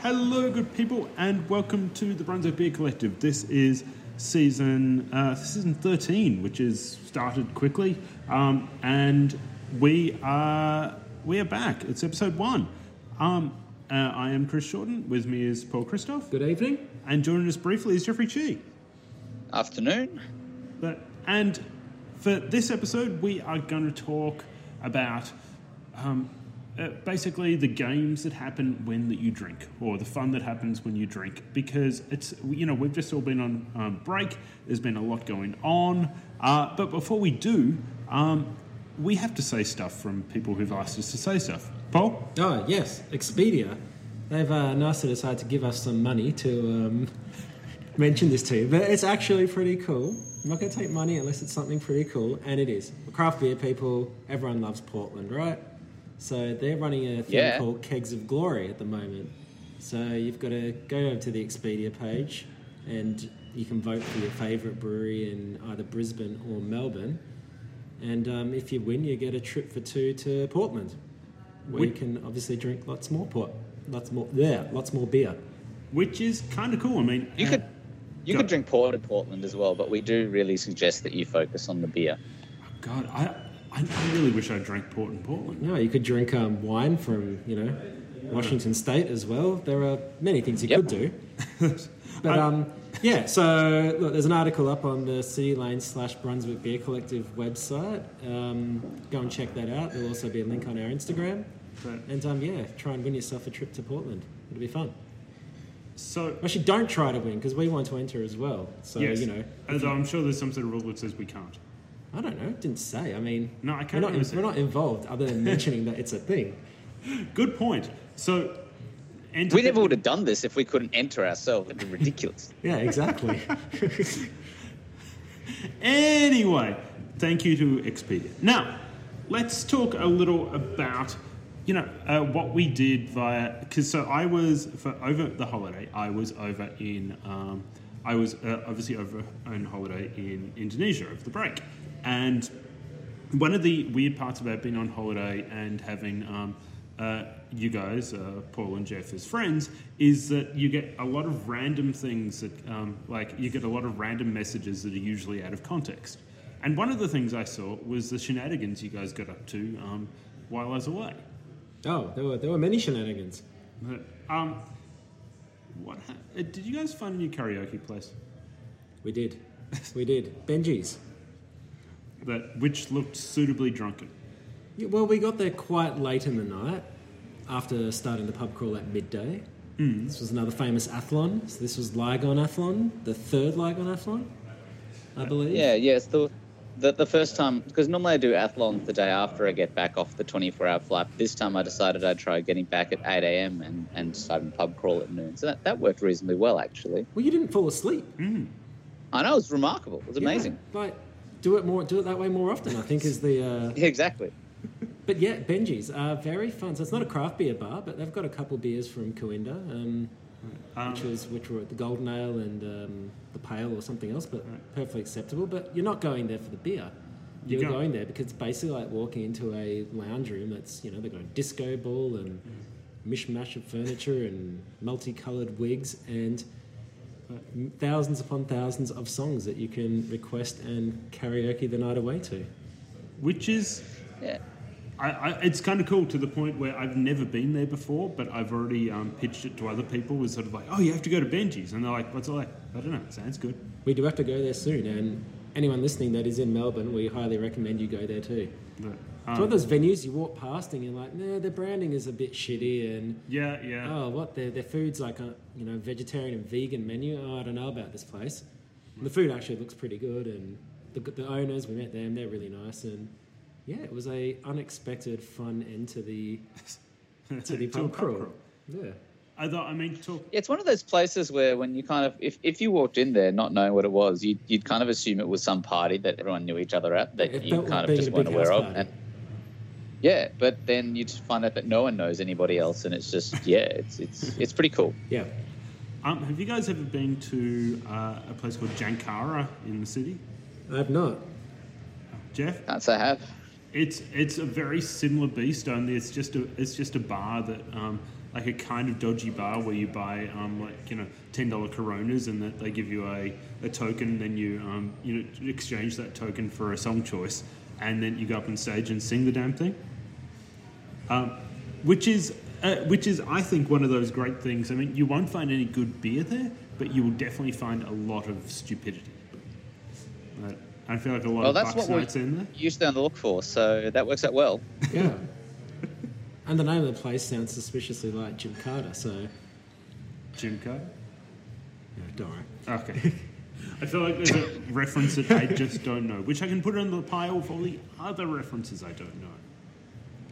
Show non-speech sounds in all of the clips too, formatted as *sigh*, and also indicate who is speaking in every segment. Speaker 1: Hello, good people, and welcome to the Brunzo Beer Collective. This is season uh, season thirteen, which is started quickly, um, and we are we are back. It's episode one. Um, uh, I am Chris Shorten. With me is Paul Christoph,
Speaker 2: Good evening.
Speaker 1: and joining us briefly is Jeffrey Chi.
Speaker 3: Afternoon.
Speaker 1: But, and for this episode, we are going to talk about um, uh, basically the games that happen when that you drink, or the fun that happens when you drink, because it's you know we've just all been on um, break. There's been a lot going on, uh, but before we do, um, we have to say stuff from people who've asked us to say stuff. Paul,
Speaker 2: Oh, yes, Expedia. They've uh, nicely decided to give us some money to um, *laughs* mention this to you, but it's actually pretty cool. I'm not going to take money unless it's something pretty cool, and it is. Craft beer people, everyone loves Portland, right? So they're running a thing
Speaker 3: Yeah.
Speaker 2: called Kegs of Glory at the moment. So you've got to go over to the Expedia page, and you can vote for your favourite brewery in either Brisbane or Melbourne. And um, if you win, you get a trip for two to Portland, where you can obviously drink lots more port, lots more yeah, lots more beer.
Speaker 1: which is kind of cool. I mean,
Speaker 3: You
Speaker 1: uh,
Speaker 3: could you
Speaker 1: Go.
Speaker 3: could drink port in Portland as well, but we do really suggest that you focus on the beer.
Speaker 1: God, I I I really wish I drank port in Portland.
Speaker 2: No, you could drink um, wine from you know Washington State as well. There are many things you
Speaker 3: Yep.
Speaker 2: could do, but um, yeah. So look, there's an article up on the City Lane slash Brunswick Beer Collective website. Um, go and check that out. There'll also be a link on our Instagram.
Speaker 1: Right.
Speaker 2: And um, yeah, try and win yourself a trip to Portland. It'll be fun.
Speaker 1: So
Speaker 2: Actually, don't try to win because we want to enter as well. So
Speaker 1: yes,
Speaker 2: you know,
Speaker 1: although I'm sure there's some sort of rule that says we can't.
Speaker 2: I don't know. Didn't say. I mean,
Speaker 1: No, I can't
Speaker 2: We're not,
Speaker 1: remember
Speaker 2: we're not involved other than mentioning that it's a thing.
Speaker 1: Good point. So, enter
Speaker 3: We never would have done this if we couldn't enter ourselves. It'd be ridiculous.
Speaker 1: *laughs*
Speaker 2: Yeah, exactly.
Speaker 1: anyway. Thank you to Expedia. Now, let's talk a little about you know uh, what we did via because so I was for over the holiday. I was over in um, I was uh, obviously over on holiday in Indonesia over the break, and one of the weird parts about being on holiday and having um, uh, you guys, uh, Paul and Jeff, as friends, is that you get a lot of random things that, um, like, you get a lot of random messages that are usually out of context. And one of the things I saw was the shenanigans you guys got up to um, while I was away.
Speaker 2: oh, there were there were many shenanigans.
Speaker 1: But, um, what hap- uh, did you guys find a new karaoke place
Speaker 2: We did, we did. Benji's.
Speaker 1: that which looked suitably drunken?
Speaker 2: Yeah, well, we got there quite late in the night after starting the pub crawl at midday.
Speaker 1: Hmm.
Speaker 2: Mm. This was another famous athlon. So this was Ligon Athlon, the third Ligon Athlon, I believe.
Speaker 3: Yeah, yeah. It's the the, the first time because normally I do athlons the day after I get back off the 24-hour flight. This time I decided I'd try getting back at 8 a.m. and and starting pub crawl at noon. So that, that worked reasonably well actually.
Speaker 2: Well, you didn't fall asleep.
Speaker 3: I know it was remarkable. It was Hmm. amazing.
Speaker 2: Yeah, like, do it more. Do it that way more often. I think is the. Uh,
Speaker 3: Yeah, exactly.
Speaker 2: But yeah, Benji's are very fun. So it's not a craft beer bar, but they've got a couple beers from Coimbra, um, which was which were the Golden Ale and um, the Pale or something else, but perfectly acceptable. But you're not going there for the beer.
Speaker 1: You
Speaker 2: You're
Speaker 1: go-
Speaker 2: going there because it's basically like walking into a lounge room that's you know they've got a disco ball and mishmash of furniture and multicolored wigs and thousands upon thousands of songs that you can request and karaoke the night away to.
Speaker 1: Which is
Speaker 3: Yeah.
Speaker 1: I, I, it's kind of cool to the point where I've never been there before, but I've already um, pitched it to other people. Was sort of like, oh, you have to go to Benji's, and they're like, what's it like? I don't know. Sounds good.
Speaker 2: We do have to go there soon, and anyone listening that is in Melbourne, we highly recommend you go there too.
Speaker 1: But,
Speaker 2: It's
Speaker 1: um,
Speaker 2: one of those venues you walk past and you're like, nah, their branding is a bit shitty, and
Speaker 1: yeah, yeah.
Speaker 2: oh, what their their food's like a you know vegetarian and vegan menu. Oh, I don't know about this place. The food actually looks pretty good, and the the owners we met them, they're really nice, and yeah, it was a unexpected fun end to the Oh,
Speaker 1: *laughs*
Speaker 2: to
Speaker 1: To
Speaker 2: the
Speaker 1: a
Speaker 2: pub
Speaker 1: pub
Speaker 2: crawl.
Speaker 1: crawl.
Speaker 2: Yeah.
Speaker 1: I thought I mean, talk.
Speaker 3: Yeah, it's one of those places where when you kind of if, if you walked in there not knowing what it was, you'd, you'd kind of assume it was some party that everyone knew each other at that
Speaker 2: It
Speaker 3: you
Speaker 2: felt like
Speaker 3: kind of
Speaker 2: being
Speaker 3: just
Speaker 2: at a
Speaker 3: weren't
Speaker 2: big
Speaker 3: aware
Speaker 2: house
Speaker 3: of.
Speaker 2: party.
Speaker 3: And yeah, but then you just find out that no one knows anybody else, and it's just yeah,
Speaker 2: *laughs*
Speaker 3: it's it's it's pretty cool.
Speaker 2: Yeah.
Speaker 1: Um, have you guys ever been to uh, a place called Jankara in the city,
Speaker 2: I have not.
Speaker 1: Jeff?
Speaker 3: Can't say I have.
Speaker 1: It's it's a very similar beast. Only it's just a it's just a bar that um, like a kind of dodgy bar where you buy um, like you know ten dollar Coronas and that they give you a, a token, and then you um, you know exchange that token for a song choice, and then you go up on stage and sing the damn thing. Um, which is uh, which is I think one of those great things. I mean, you won't find any good beer there, but you will definitely find a lot of stupidity. Like, I feel like a lot
Speaker 3: Well,
Speaker 1: of
Speaker 3: that's
Speaker 1: bucks
Speaker 3: what we-
Speaker 1: nights in there.
Speaker 3: Usually on the look for, so that works out well.
Speaker 2: Yeah. *laughs* and the name of the place sounds suspiciously like Jim Carter, so
Speaker 1: Jim Carter.
Speaker 2: no, don't worry.
Speaker 1: Okay. *laughs* I feel like there's a reference that I just don't know, which I can put on the pile for all the other references I don't know.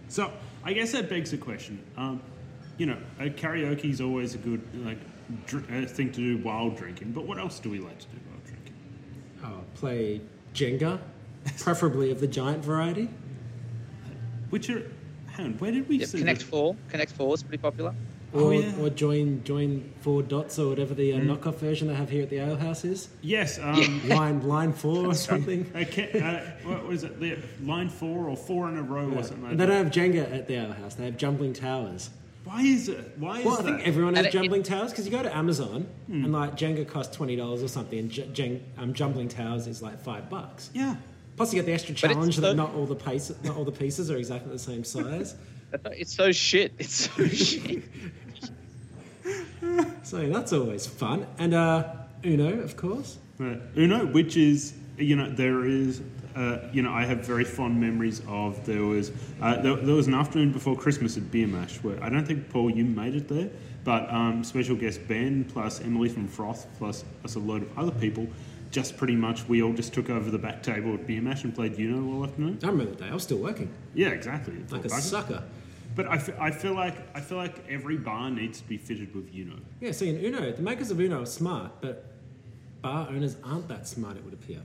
Speaker 1: So I guess that begs the question. Um, you know, uh, karaoke is always a good like dr- uh, thing to do while drinking, but what else do we like to do while drinking?
Speaker 2: Oh, play Jenga, preferably of the giant variety.
Speaker 1: Which are, hang on, where did we
Speaker 3: Yep,
Speaker 1: see
Speaker 3: Connect
Speaker 1: the-
Speaker 3: Four, Connect Four is
Speaker 2: *laughs*
Speaker 3: pretty popular.
Speaker 2: Or,
Speaker 1: Oh, yeah. Mm.
Speaker 2: or join join four dots or whatever the uh, knockoff version they have here at the ale
Speaker 1: *laughs*
Speaker 2: house is.
Speaker 1: Yes, um,
Speaker 2: Line line four or something.
Speaker 1: uh, ca- uh, what was it? The line four or four in a row or something like
Speaker 2: And they
Speaker 1: that.
Speaker 2: don't have Jenga at the ale house. They have Jumbling Towers.
Speaker 1: Why is it? Why is
Speaker 2: Well, I
Speaker 1: that? Mm.
Speaker 2: think everyone has
Speaker 3: And it-
Speaker 2: Jumbling Towers because you go to Amazon and like Jenga costs twenty dollars or something, and J- Jeng- um, Jumbling Towers is like five bucks.
Speaker 1: yeah.
Speaker 2: Plus, you get the extra
Speaker 3: But it's
Speaker 2: challenge
Speaker 3: so-
Speaker 2: that not all the pieces, not all the pieces are exactly the same size.
Speaker 3: It's so shit. It's
Speaker 2: *laughs*
Speaker 3: so shit.
Speaker 2: so that's always fun. And uh, Uno, of course.
Speaker 1: Uh, Uno, which is you know there is uh, you know I have very fond memories of there was uh, there, there was an afternoon before Christmas at Beer Mash where I don't think Paul you made it there, but um, special guest Ben plus Emily from Froth plus us a load of other people. Just pretty much, we all just took over the back table at Beer Mash and played Uno all afternoon.
Speaker 2: I remember the day I was still working,
Speaker 1: Yeah, exactly.
Speaker 2: like a
Speaker 1: Fucking-
Speaker 2: sucker.
Speaker 1: But I, fe- I feel like I feel like every bar needs to be fitted with Uno.
Speaker 2: Yeah, see, in Uno, the makers of Uno are smart, but bar owners aren't that smart, it would appear.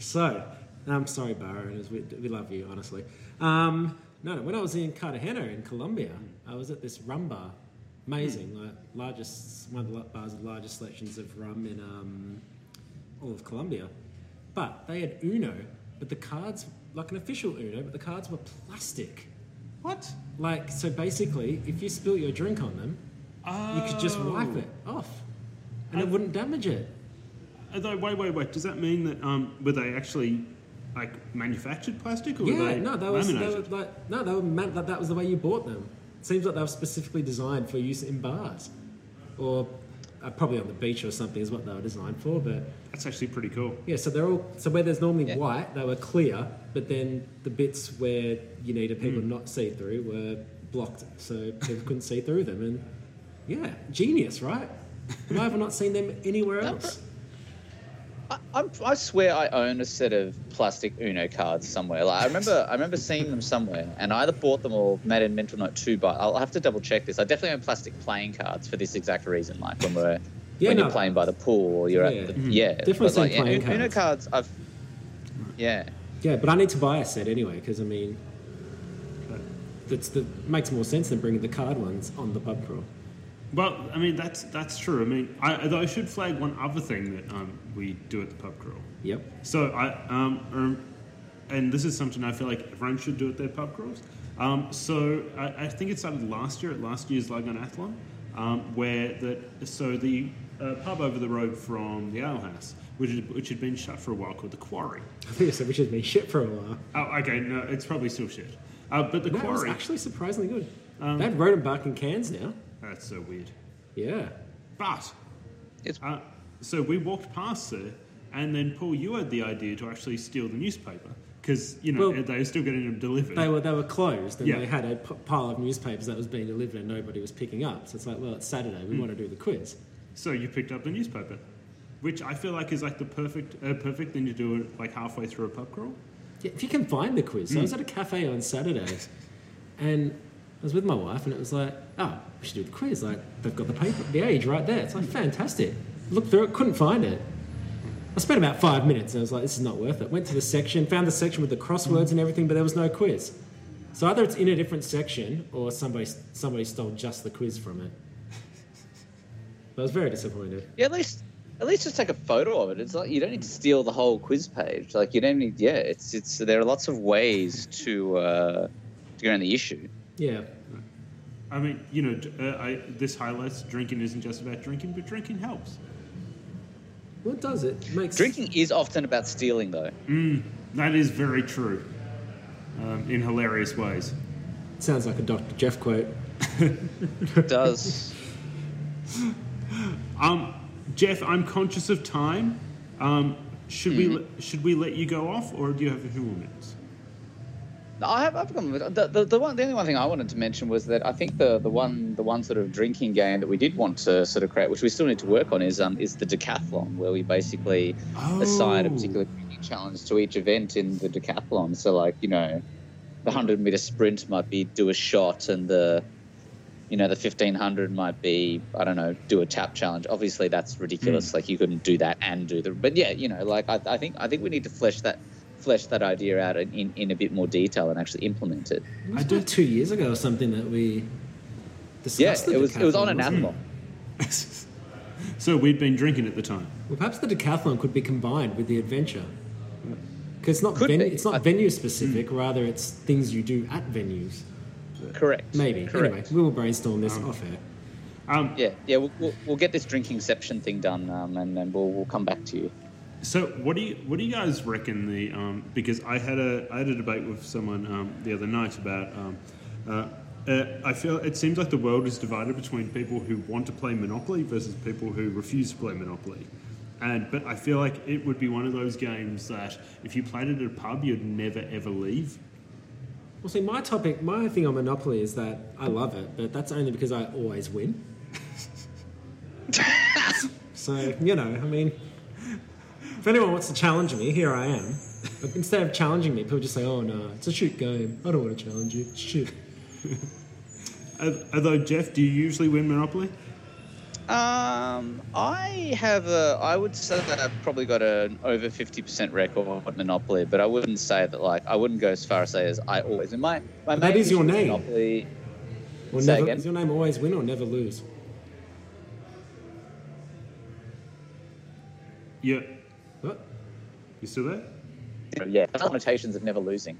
Speaker 2: so, I'm sorry, bar owners, we, we love you, honestly. Um, no, no, when I was in Cartagena in Colombia, I was at this rum bar. Amazing, like largest one of the bars with largest selections of rum in um, all of Colombia. But they had Uno, but the cards, like an official Uno, but the cards were plastic.
Speaker 1: What?
Speaker 2: Like, so basically, if you spill your drink on them, you could just wipe
Speaker 1: Oh.
Speaker 2: it off, and it wouldn't damage it.
Speaker 1: Although, wait, wait, wait. Does that mean that um, were they actually like manufactured plastic or were
Speaker 2: Yeah,
Speaker 1: they
Speaker 2: no, that was,
Speaker 1: laminated?
Speaker 2: they were like no, they were meant that that was the way you bought them. Seems like they were specifically designed for use in bars, or uh, probably on the beach or something is what they were designed for. But
Speaker 1: That's actually pretty cool.
Speaker 2: yeah, so they're all so where there's normally
Speaker 3: Yeah.
Speaker 2: white, they were clear, but then the bits where you needed people not see through were blocked, so people couldn't see through them. And yeah, genius, right? Why have I not seen them anywhere
Speaker 3: No,
Speaker 2: else?
Speaker 3: I, I'm, I swear I own a set of plastic Uno cards somewhere. Like I remember, I remember seeing them somewhere, and I either bought them or made a mental note to buy. I'll have to double check this. I definitely own plastic playing cards for this exact reason, like when we're
Speaker 2: Yeah,
Speaker 3: when
Speaker 2: no.
Speaker 3: you're playing by the pool or you're
Speaker 2: Yeah.
Speaker 3: at the
Speaker 2: Mhm.
Speaker 3: yeah.
Speaker 2: Definitely
Speaker 3: but,
Speaker 2: seen
Speaker 3: like, yeah,
Speaker 2: playing
Speaker 3: Uno cards, I've yeah.
Speaker 2: Yeah, but I need to buy a set anyway because I mean, that's the makes more sense than bringing the card ones on the pub crawl.
Speaker 1: Well, I mean that's that's true. I mean, I, although I should flag one other thing that um, we do at the pub crawl.
Speaker 2: Yep. *laughs*
Speaker 1: So I um, um, and this is something I feel like everyone should do at their pub crawls. Um, so I, I think it started last year at last year's Lagon Athlon, um, where that so the uh, pub over the road from the ale house, which had, which had been shut for a while, called the Quarry.
Speaker 2: I think you said we should be shit for a while.
Speaker 1: Oh, okay, no, it's probably still shit. Uh, but the
Speaker 2: No, it was
Speaker 1: Quarry.
Speaker 2: actually surprisingly good.
Speaker 1: Um,
Speaker 2: they had rodent bark in cans now.
Speaker 1: That's so weird.
Speaker 2: Yeah.
Speaker 1: But
Speaker 3: It's-
Speaker 1: uh, so we walked past there, and then Paul, you had the idea to actually steal the newspaper because you know
Speaker 2: Well-
Speaker 1: they were still getting them delivered.
Speaker 2: They were they were closed and
Speaker 1: Yeah.
Speaker 2: they had a p- pile of newspapers that was being delivered and nobody was picking up. So it's like, well, it's Saturday.
Speaker 1: Hmm.
Speaker 2: We want to do the quiz.
Speaker 1: So you picked up the newspaper, which I feel like is like the perfect uh, perfect thing to do it like halfway through a pub crawl.
Speaker 2: Yeah, if you can find the quiz. So I was at a cafe on Saturday and I was with my wife and it was like, oh, we should do the quiz. Like, they've got the paper, the age right there. It's like, fantastic. Looked through it, couldn't find it. I spent about five minutes and I was like, this is not worth it. Went to the section, found the section with the crosswords and everything, but there was no quiz. So either it's in a different section or somebody, somebody stole just the quiz from it. But I was very disappointed.
Speaker 3: Yeah, at least at least just take a photo of it. It's like you don't need to steal the whole quiz page. Like you don't need. Yeah, it's it's there are lots of ways to uh, to get around the issue.
Speaker 2: Yeah.
Speaker 1: I I mean, you know, d- uh, I, this highlights drinking isn't just about drinking, but drinking helps.
Speaker 2: What does it? Makes
Speaker 3: Drinking is often about stealing, though.
Speaker 1: That is very true um, in hilarious ways.
Speaker 2: sounds like a Dr. Jeff quote.
Speaker 3: It does.
Speaker 1: Um, Jeff, I'm conscious of time. Um, should we le- should we let you go off, or do you have a few more minutes?
Speaker 3: I have, I've come with the, the, the one. The only one thing I wanted to mention was that I think the, the one the one sort of drinking game that we did want to sort of create, which we still need to work on, is um is the decathlon, where we basically assign a
Speaker 1: Oh.
Speaker 3: particular drinking challenge to each event in the decathlon. So like you know, the hundred meter sprint might be do a shot, and the you know the fifteen hundred might be I don't know do a tap challenge. Obviously that's ridiculous.
Speaker 2: Mm.
Speaker 3: Like you couldn't do that and do the. But yeah, you know, like I, I think I think we need to flesh that flesh that idea out in, in, in a bit more detail and actually implement
Speaker 2: It
Speaker 3: it.
Speaker 2: was
Speaker 1: I
Speaker 2: about
Speaker 1: did-
Speaker 2: two years ago or something that we
Speaker 3: Yeah,
Speaker 2: discussed. the
Speaker 3: it was it was on
Speaker 2: decathlon,
Speaker 3: an
Speaker 2: wasn't it?
Speaker 3: athlon.
Speaker 1: *laughs* so we'd been drinking at the time.
Speaker 2: Well, perhaps the decathlon could be combined with the adventure. Because it's not,
Speaker 3: Could
Speaker 2: ven-
Speaker 3: be.
Speaker 2: it's not
Speaker 3: I- Hmm.
Speaker 2: venue specific, rather, it's things you do at venues.
Speaker 3: Correct.
Speaker 2: Maybe.
Speaker 3: Correct.
Speaker 2: Anyway, we will brainstorm this off air.
Speaker 1: Um,
Speaker 3: Yeah, yeah. We'll, we'll, we'll get this drinking section thing done, um, and then we'll we'll come back to you.
Speaker 1: So what do you what do you guys reckon the um, because I had a I had a debate with someone um, the other night about um, uh, uh, I feel it seems like the world is divided between people who want to play Monopoly versus people who refuse to play Monopoly. And but I feel like it would be one of those games that if you played it at a pub you'd never ever leave.
Speaker 2: Well, see, my topic, my thing on Monopoly is that I love it, but that's only because I always win.
Speaker 3: *laughs*
Speaker 2: so, you know, I mean, if anyone wants to challenge me, here I am. But instead of challenging me, people just say, oh, no, it's a shoot game. I don't want to challenge you. Shoot.
Speaker 1: Al- Although Jeff, do you usually win Monopoly?
Speaker 3: Um, I have a. I would say that I've probably got an over fifty percent record at Monopoly, but I wouldn't say that. Like, I wouldn't go as far as say as I always. And my my
Speaker 2: But that
Speaker 3: main
Speaker 2: is your
Speaker 3: issue with
Speaker 2: name.
Speaker 3: Monopoly.
Speaker 2: Or
Speaker 3: Say
Speaker 2: never,
Speaker 3: again?
Speaker 2: is your name always win or never lose?
Speaker 1: Yeah,
Speaker 2: What?
Speaker 1: you still there?
Speaker 3: Yeah, the connotations of never losing.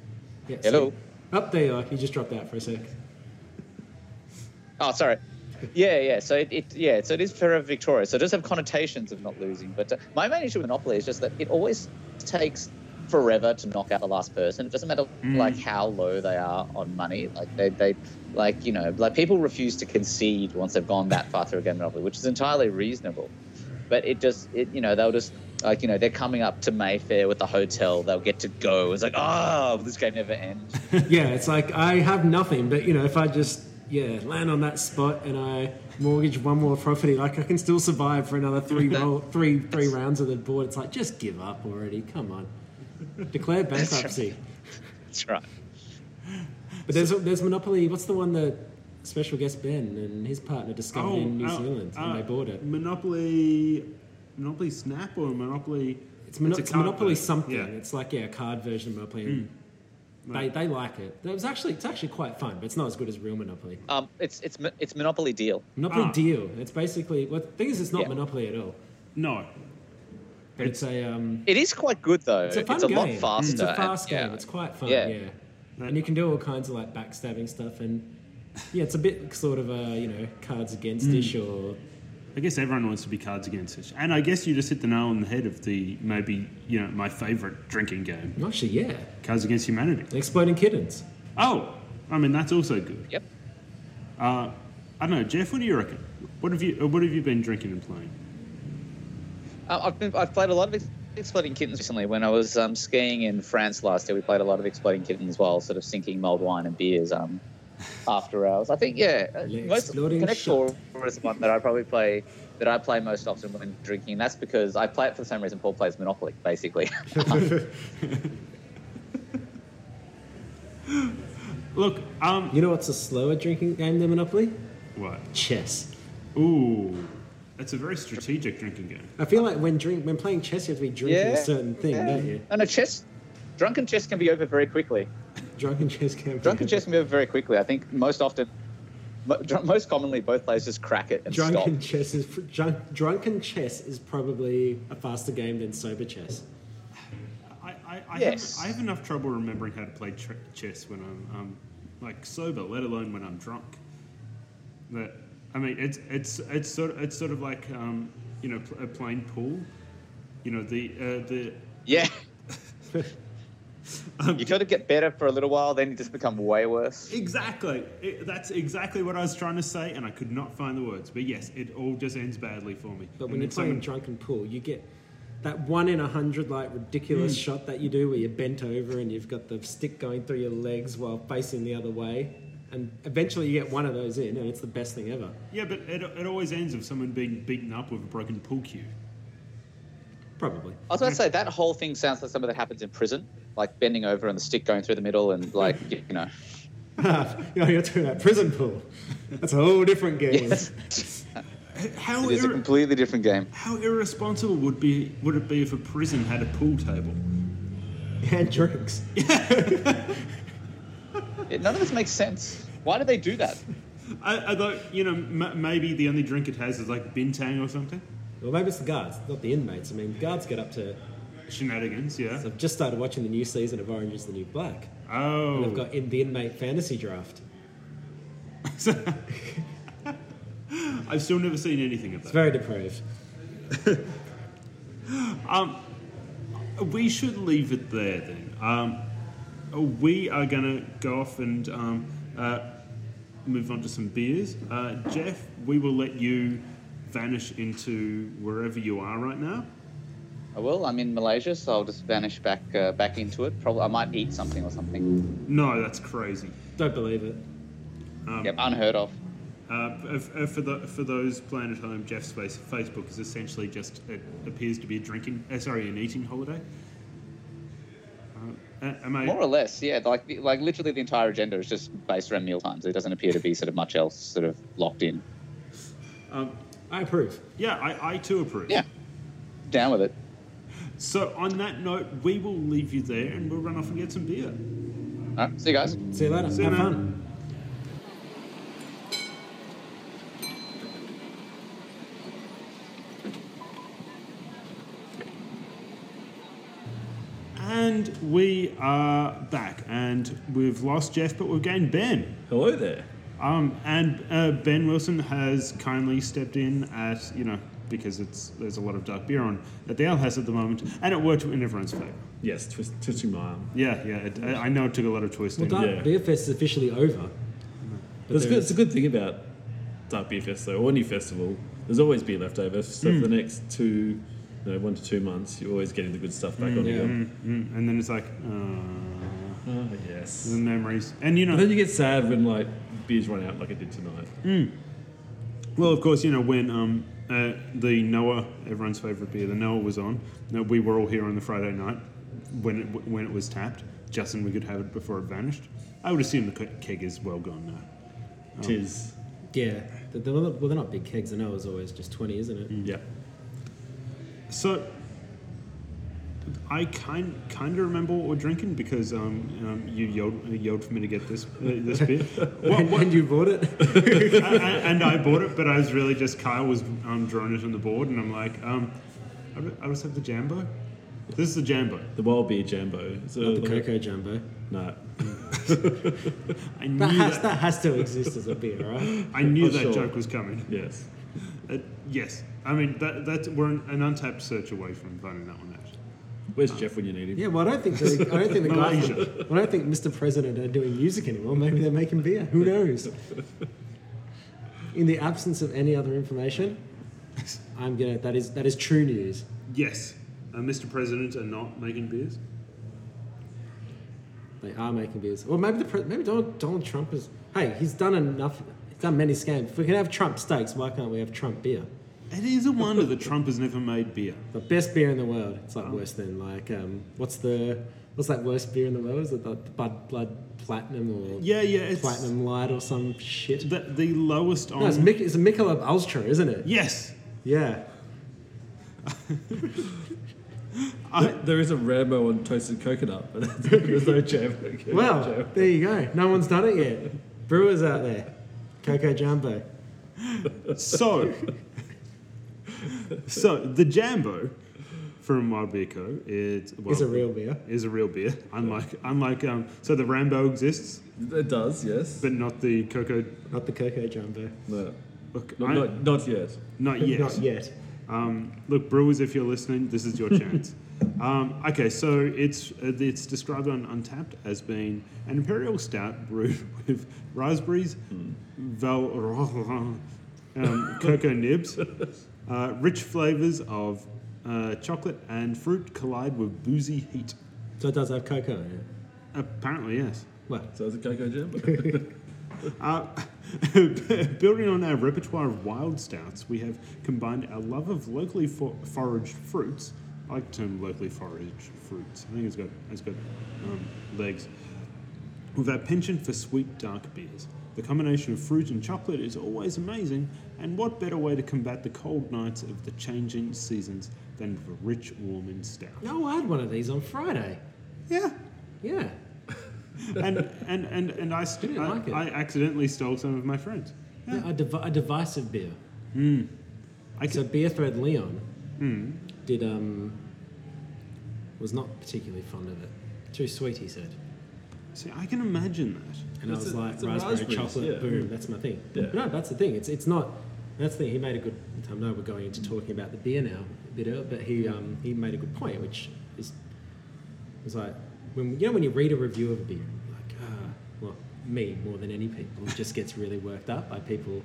Speaker 2: Yeah,
Speaker 3: Hello?
Speaker 2: see? Up there you are. You just dropped out for a sec.
Speaker 3: Oh, sorry. Yeah, yeah. So it, it yeah. So it is Forever Victoria. So it does have connotations of not losing. But uh, my main issue with Monopoly is just that it always takes forever to knock out the last person. It doesn't matter like how low they are on money. Like they, they like you know like people refuse to concede once they've gone that far through a game of Monopoly, which is entirely reasonable. But it just it you know they'll just. Like you know, they're coming up to Mayfair with the hotel. They'll get to go. It's like, oh, this game never ends. *laughs*
Speaker 2: yeah, it's like I have nothing, but you know, if I just yeah land on that spot and I mortgage one more property, like I can still survive for another three roll, three three rounds of the board. It's like just give up already. Come on, declare bankruptcy.
Speaker 3: That's right.
Speaker 2: But there's there's Monopoly. What's the one that special guest Ben and his partner discovered in New
Speaker 1: uh,
Speaker 2: Zealand and
Speaker 1: uh,
Speaker 2: they bought it?
Speaker 1: Monopoly, Monopoly Snap or Monopoly?
Speaker 2: It's, mono-
Speaker 1: a
Speaker 2: it's
Speaker 1: card
Speaker 2: Monopoly
Speaker 1: game.
Speaker 2: something.
Speaker 1: Yeah. Hmm.
Speaker 2: It's like yeah, a card version of Monopoly. and They, they like it. It was actually it's actually quite fun, but it's not as good as real Monopoly.
Speaker 3: Um, it's it's Mon- it's Monopoly deal.
Speaker 2: Monopoly
Speaker 1: Ah.
Speaker 2: deal. It's basically well, the thing is, it's not
Speaker 3: Yeah.
Speaker 2: Monopoly at all.
Speaker 1: No,
Speaker 2: But it's, a um,
Speaker 3: It is quite good though.
Speaker 2: it's a fun game.
Speaker 3: uh, lot faster.
Speaker 2: It's a fast
Speaker 3: and-
Speaker 2: game. It's quite fun. Yeah.
Speaker 3: Yeah.
Speaker 2: and you can do all kinds of like backstabbing stuff, and yeah, it's a bit sort of a you know cards against
Speaker 3: Hmm.
Speaker 2: ish or
Speaker 1: I guess everyone wants to be cards against it, and I guess you just hit the nail on the head of the maybe you know my favorite drinking game,
Speaker 2: actually yeah,
Speaker 1: Cards Against Humanity.
Speaker 2: exploding kittens.
Speaker 1: Oh, I mean that's also good.
Speaker 3: Yep.
Speaker 1: Uh, I don't know, Jeff. What do you reckon? What have you uh, What have you been drinking and playing?
Speaker 3: Uh, I've been I've played a lot of Ex- exploding kittens recently. When I was um, skiing in France last year, we played a lot of exploding kittens while sort of sinking mulled wine and beers.
Speaker 2: *laughs*
Speaker 3: Um, after hours, I think yeah. uh,
Speaker 2: Le
Speaker 3: Most
Speaker 2: Exploding
Speaker 3: Connect
Speaker 2: Shot.
Speaker 3: Four is the one that I probably play that I play most often when drinking. That's because I play it for the same reason Paul plays Monopoly, basically. *laughs*
Speaker 1: Look, um,
Speaker 2: You know what's a slower drinking game than Monopoly?
Speaker 1: what?
Speaker 2: Chess.
Speaker 1: Ooh, that's a very strategic drinking game.
Speaker 2: I feel like when drink when playing chess, you have to be drinking
Speaker 3: yeah.
Speaker 2: a certain thing,
Speaker 3: yeah.
Speaker 2: don't you?
Speaker 3: And a chess, drunken chess can be over very quickly.
Speaker 2: Drunken chess can. be- *laughs*
Speaker 3: Drunken chess can move very quickly. I think most often, mo- dr- most commonly, both players just crack it and
Speaker 2: Drunken
Speaker 3: stop.
Speaker 2: chess is drunk, drunken chess is probably a faster game than sober chess.
Speaker 1: I, I, I,
Speaker 3: Yes.
Speaker 1: have, I have enough trouble remembering how to play tr- chess when I'm um, like sober, let alone when I'm drunk. That I mean, it's it's it's sort of, it's sort of like um, you know pl- a plain pool. You know the uh, the
Speaker 3: Yeah.
Speaker 1: um,
Speaker 4: You got to get better for a little while, then you just become way worse.
Speaker 1: exactly. It, that's exactly what I was trying to say, and I could not find the words. But yes, it all just ends badly for me.
Speaker 2: But
Speaker 1: And then
Speaker 2: when you're playing drunken pool, you get that one in a hundred like ridiculous shot that you do where you're bent over and you've got the stick going through your legs while facing the other way, and eventually you get one of those in, and it's the best thing ever.
Speaker 1: yeah, but it, it always ends with someone being beaten up with a broken pool cue.
Speaker 2: *laughs* Probably.
Speaker 3: I was about to say that whole thing sounds like something that happens in prison, like bending over and the stick going through the middle,
Speaker 4: *laughs*
Speaker 3: and like you know,
Speaker 2: you know, you're doing that prison pool. That's a whole different game.
Speaker 3: yes,
Speaker 1: How
Speaker 3: it is a
Speaker 1: ir-
Speaker 3: completely different game.
Speaker 1: how irresponsible would be would it be if a prison had a pool table?
Speaker 2: *laughs* And drinks.
Speaker 3: It- none of this makes sense. Why did they do that?
Speaker 1: I, I thought you know m- maybe the only drink it has is like bintang or something.
Speaker 2: Well, maybe it's the guards, not the inmates. I mean, guards get up to.
Speaker 1: Shenanigans, yeah.
Speaker 2: I've just started watching the new season of Orange is the New Black.
Speaker 1: oh,
Speaker 2: They've got in the inmate fantasy draft.
Speaker 1: *laughs* I've still never seen anything of
Speaker 2: It's
Speaker 1: that.
Speaker 2: very depraved.
Speaker 1: Um, we should leave it there then. Um, we are going to go off and um, uh, move on to some beers. Uh, Jeff, we will let you vanish into wherever you are right now.
Speaker 3: I will. I'm in Malaysia, so I'll just vanish back uh, back into it. Probably I might eat something or something.
Speaker 1: No, that's crazy.
Speaker 2: Don't believe it.
Speaker 3: Yep, unheard of.
Speaker 1: Uh, f- uh, for, the, for those playing at home, Jeff's face, Facebook is essentially just it appears to be a drinking, uh, sorry, an eating holiday. Uh, am I?
Speaker 3: More or less, yeah. Like the, like literally the entire agenda is just based around meal times. There doesn't appear to be sort of much else sort of locked in.
Speaker 2: I approve.
Speaker 1: Yeah, I, I too approve.
Speaker 3: Yeah, down with it.
Speaker 1: So on that note, we will leave you there and we'll run off and get some beer.
Speaker 3: All right, see you guys.
Speaker 2: Mm. See you later.
Speaker 1: See you,
Speaker 2: Have
Speaker 1: man.
Speaker 2: fun.
Speaker 1: And we are back, and we've lost Jeff, but we've gained Ben.
Speaker 5: Hello there.
Speaker 1: Um, and uh, Ben Wilson has kindly stepped in at you know because it's there's a lot of dark beer on at the Ale House at the moment, and it worked in everyone's favour.
Speaker 5: Yes, twist, twisting my arm.
Speaker 1: Yeah, yeah. It, I I know it took a lot of
Speaker 2: Well,
Speaker 1: twisting.
Speaker 2: Dark
Speaker 5: Yeah.
Speaker 2: Beer Fest is officially over.
Speaker 5: That's
Speaker 2: there
Speaker 5: good.
Speaker 2: is-
Speaker 5: It's a good thing about Dark Beer Fest, though, or any festival. There's always beer left over. So for the next two, you know, one to two months, you're always getting the good stuff back on
Speaker 2: yeah.
Speaker 5: again.
Speaker 1: Mm, and then it's like uh,
Speaker 5: Oh,
Speaker 1: the
Speaker 5: yes.
Speaker 1: memories, and you
Speaker 5: But
Speaker 1: know,
Speaker 5: then you get sad when like beers run out, like it did tonight.
Speaker 1: well, of course, you know when um. Uh, the Noah, everyone's favourite beer, the Noah was on. No, we were all here on the Friday night when it, when it was tapped, just and we could have it before it vanished. I would assume the keg is well gone now.
Speaker 5: Tis.
Speaker 2: Yeah. They're, they're not- well, they're not big kegs. I know it was always just 20, isn't it?
Speaker 5: Yeah.
Speaker 1: So I kind kind of remember what we're drinking because um, um, you yelled, yelled for me to get this uh, this beer,
Speaker 5: *laughs*
Speaker 1: What-
Speaker 2: And,
Speaker 1: what-
Speaker 2: and you
Speaker 1: *laughs*
Speaker 2: bought it?
Speaker 1: and, and I bought it. But I was really just Kyle was um, drawing it on the board, and I'm like, um, I re- I just have the jambo. This is the jambo.
Speaker 5: The wild beer jambo. It's a,
Speaker 2: Not the
Speaker 5: like-
Speaker 2: Cocoa Jumbo.
Speaker 5: No.
Speaker 1: I knew
Speaker 2: That has,
Speaker 1: that,
Speaker 2: that has to exist as a beer, right?
Speaker 1: I knew
Speaker 5: Oh,
Speaker 1: that
Speaker 5: sure.
Speaker 1: joke was coming.
Speaker 5: Yes.
Speaker 1: Uh, yes, I mean that that's we're an, an untapped search away from finding that one out.
Speaker 5: Where's Jeff when you need him?
Speaker 2: Yeah, well, I don't think the, I
Speaker 1: *laughs*
Speaker 2: don't think the guys.
Speaker 1: Malaysia.
Speaker 2: Well, I don't think Mr. President are doing music anymore. Maybe they're making beer. Who
Speaker 1: *laughs*
Speaker 2: knows? In the absence of any other information, I'm gonna. That is that is true news.
Speaker 1: Yes, uh, Mr. President are not making beers.
Speaker 2: They are making beers. Or maybe the pre- maybe Donald, Donald Trump is. Hey, he's done enough. He's done many scams. If we can have Trump steaks, why can't we have Trump beer?
Speaker 1: It is a wonder that Trump has never made beer.
Speaker 2: The best beer in the world. It's like worse than like um, what's the what's that worst beer in the world? Is it the Bud Blood Platinum or
Speaker 1: Yeah, yeah, it's
Speaker 2: Platinum Light or some shit?
Speaker 1: the, the lowest on.
Speaker 2: No, it's, Mich- it's a Michelob Ultra, isn't it?
Speaker 1: yes,
Speaker 2: Yeah.
Speaker 1: I-
Speaker 5: There- there is a Rambo on toasted coconut, but *laughs* there's no jam.
Speaker 2: Well, there you go. No one's done it yet. Brewers out there, Coco Jumbo.
Speaker 1: so so the Jambo, from Wild Beer Co. It's well,
Speaker 2: It's a real beer.
Speaker 1: Is a real beer. Unlike unlike um, so the Rambo exists,
Speaker 5: It does, yes.
Speaker 1: but not the Coco.
Speaker 2: Not the Coco Jumbo.
Speaker 5: no,
Speaker 1: Look,
Speaker 5: not,
Speaker 1: I-
Speaker 5: not, not yet.
Speaker 1: not yet.
Speaker 2: *laughs* Not yet.
Speaker 1: Um, look, brewers, if you're listening, this is your chance. um, okay, so it's uh, it's described on Untapped as being an imperial stout brewed *laughs* with raspberries, val- *laughs* um, cocoa nibs, uh, rich flavors of uh, chocolate and fruit collide with boozy heat.
Speaker 2: So it does have cocoa in it.
Speaker 1: Apparently, yes.
Speaker 2: Well,
Speaker 5: So is it Coco Jumbo?
Speaker 1: Uh, *laughs* building on our repertoire of wild stouts, we have combined our love of locally for- foraged fruits. I like the term locally foraged fruits. I think it's got it's got um, legs. With our penchant for sweet dark beers, the combination of fruit and chocolate is always amazing. And what better way to combat the cold nights of the changing seasons than with a rich, warming stout?
Speaker 2: no, I had one of these on Friday.
Speaker 1: Yeah,
Speaker 2: Yeah.
Speaker 1: and and and and I,
Speaker 2: *laughs*
Speaker 1: st-
Speaker 2: Didn't
Speaker 1: I,
Speaker 2: like it.
Speaker 1: I accidentally stole some of my friends. Yeah.
Speaker 2: A, div- a divisive beer.
Speaker 1: I
Speaker 2: So
Speaker 1: could,
Speaker 2: Beer Thread Leon did um was not particularly fond of it. Too sweet, he said.
Speaker 1: see, I can imagine that.
Speaker 2: And I
Speaker 5: It's
Speaker 2: was
Speaker 5: a-
Speaker 2: like,
Speaker 5: it's a
Speaker 2: raspberry
Speaker 5: raspberries,
Speaker 2: chocolate,
Speaker 5: yeah.
Speaker 2: boom, that's my thing.
Speaker 5: Yeah.
Speaker 2: But no, that's the thing. It's it's not. That's the thing. He made a good. I know we're going into talking about the beer now a bit, early, but he um, he made a good point, which is was like when you know when you read a review of a beer, like ah, well, me more than any people just gets really worked up by people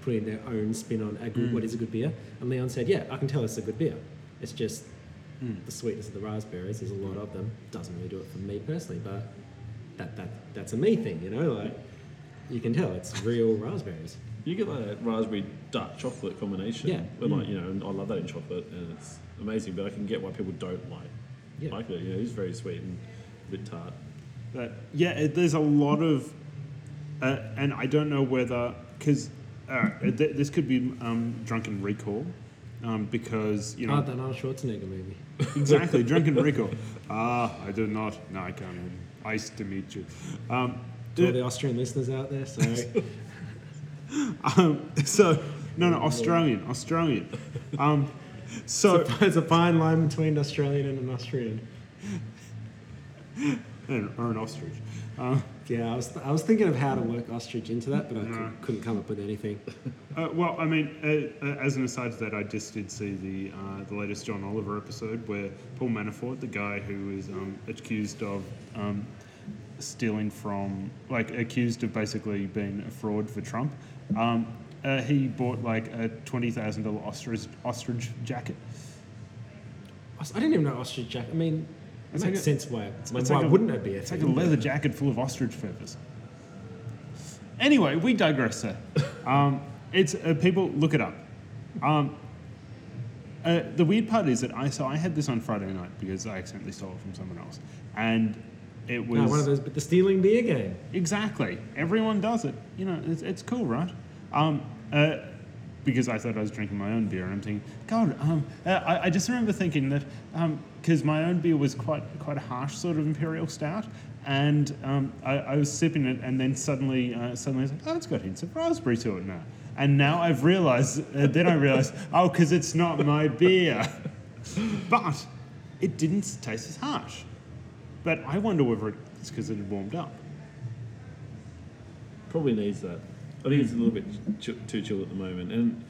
Speaker 2: putting their own spin on a good, what is a good beer. And Leon said, yeah, I can tell it's a good beer. It's just the sweetness of the raspberries. There's a lot of them. Doesn't really do it for me personally, but that that that's a me thing, you know. Like you can tell it's real raspberries.
Speaker 5: You get like that raspberry dark chocolate combination.
Speaker 2: Yeah.
Speaker 5: But like, you know, and I love that in chocolate and it's amazing, but I can get why people don't like
Speaker 2: Yeah.
Speaker 5: like it. You know, it's very sweet and a bit tart.
Speaker 1: But yeah, it, there's a lot of, uh, and I don't know whether because uh, th- this could be um, drunken recall, um, because you know
Speaker 2: Ah, that Arnold Schwarzenegger movie.
Speaker 1: exactly drunken recall. Ah, I do not. No, I can't. even. Nice to meet you. Um,
Speaker 2: To all the Austrian listeners out there,
Speaker 1: *laughs*
Speaker 2: sorry.
Speaker 1: um, *laughs* so no, no, Australian, Australian. Um, so
Speaker 2: it's a fine line between an Australian and an Austrian.
Speaker 1: and- or an ostrich. Um,
Speaker 2: Yeah, I was, I was thinking of how to work ostrich into that, but I
Speaker 1: Mm.
Speaker 2: could, couldn't come up with anything.
Speaker 1: Uh, well, I mean, uh, uh, as an aside to that, I just did see the uh, the latest John Oliver episode where Paul Manafort, the guy who is um, accused of um, stealing from, like, accused of basically being a fraud for Trump, um, uh, he bought like a twenty thousand dollar ostrich ostrich jacket.
Speaker 2: Os- I didn't even know ostrich jacket. I mean, it
Speaker 1: It's
Speaker 2: makes
Speaker 1: like a-
Speaker 2: sense why. why
Speaker 1: It's like a-
Speaker 2: wouldn't it be? A
Speaker 1: It's like a
Speaker 2: thing?
Speaker 1: leather jacket full of ostrich feathers. Anyway, we digress, sir. Um, it's uh, people look it up. Um, uh, the weird part is that I so I had this on Friday night because I accidentally stole it from someone else, and it was
Speaker 2: No, Ah, one of those, but the stealing beer game.
Speaker 1: exactly everyone does it. You know, it's, it's cool, right? Um, uh, because I thought I was drinking my own beer, and I'm thinking, God, um, uh, I, I just remember thinking that because my own beer was quite quite a harsh sort of imperial stout, and um, I, I was sipping it, and then suddenly uh, suddenly I was like, oh, it's got hints of raspberry to it now, and now I've realised. Uh, then I realised, oh, because it's not my beer, *laughs* but it didn't taste as harsh. But I wonder whether it's because it had warmed up.
Speaker 5: Probably needs that. I think it's a little bit ch- too chill at the moment. And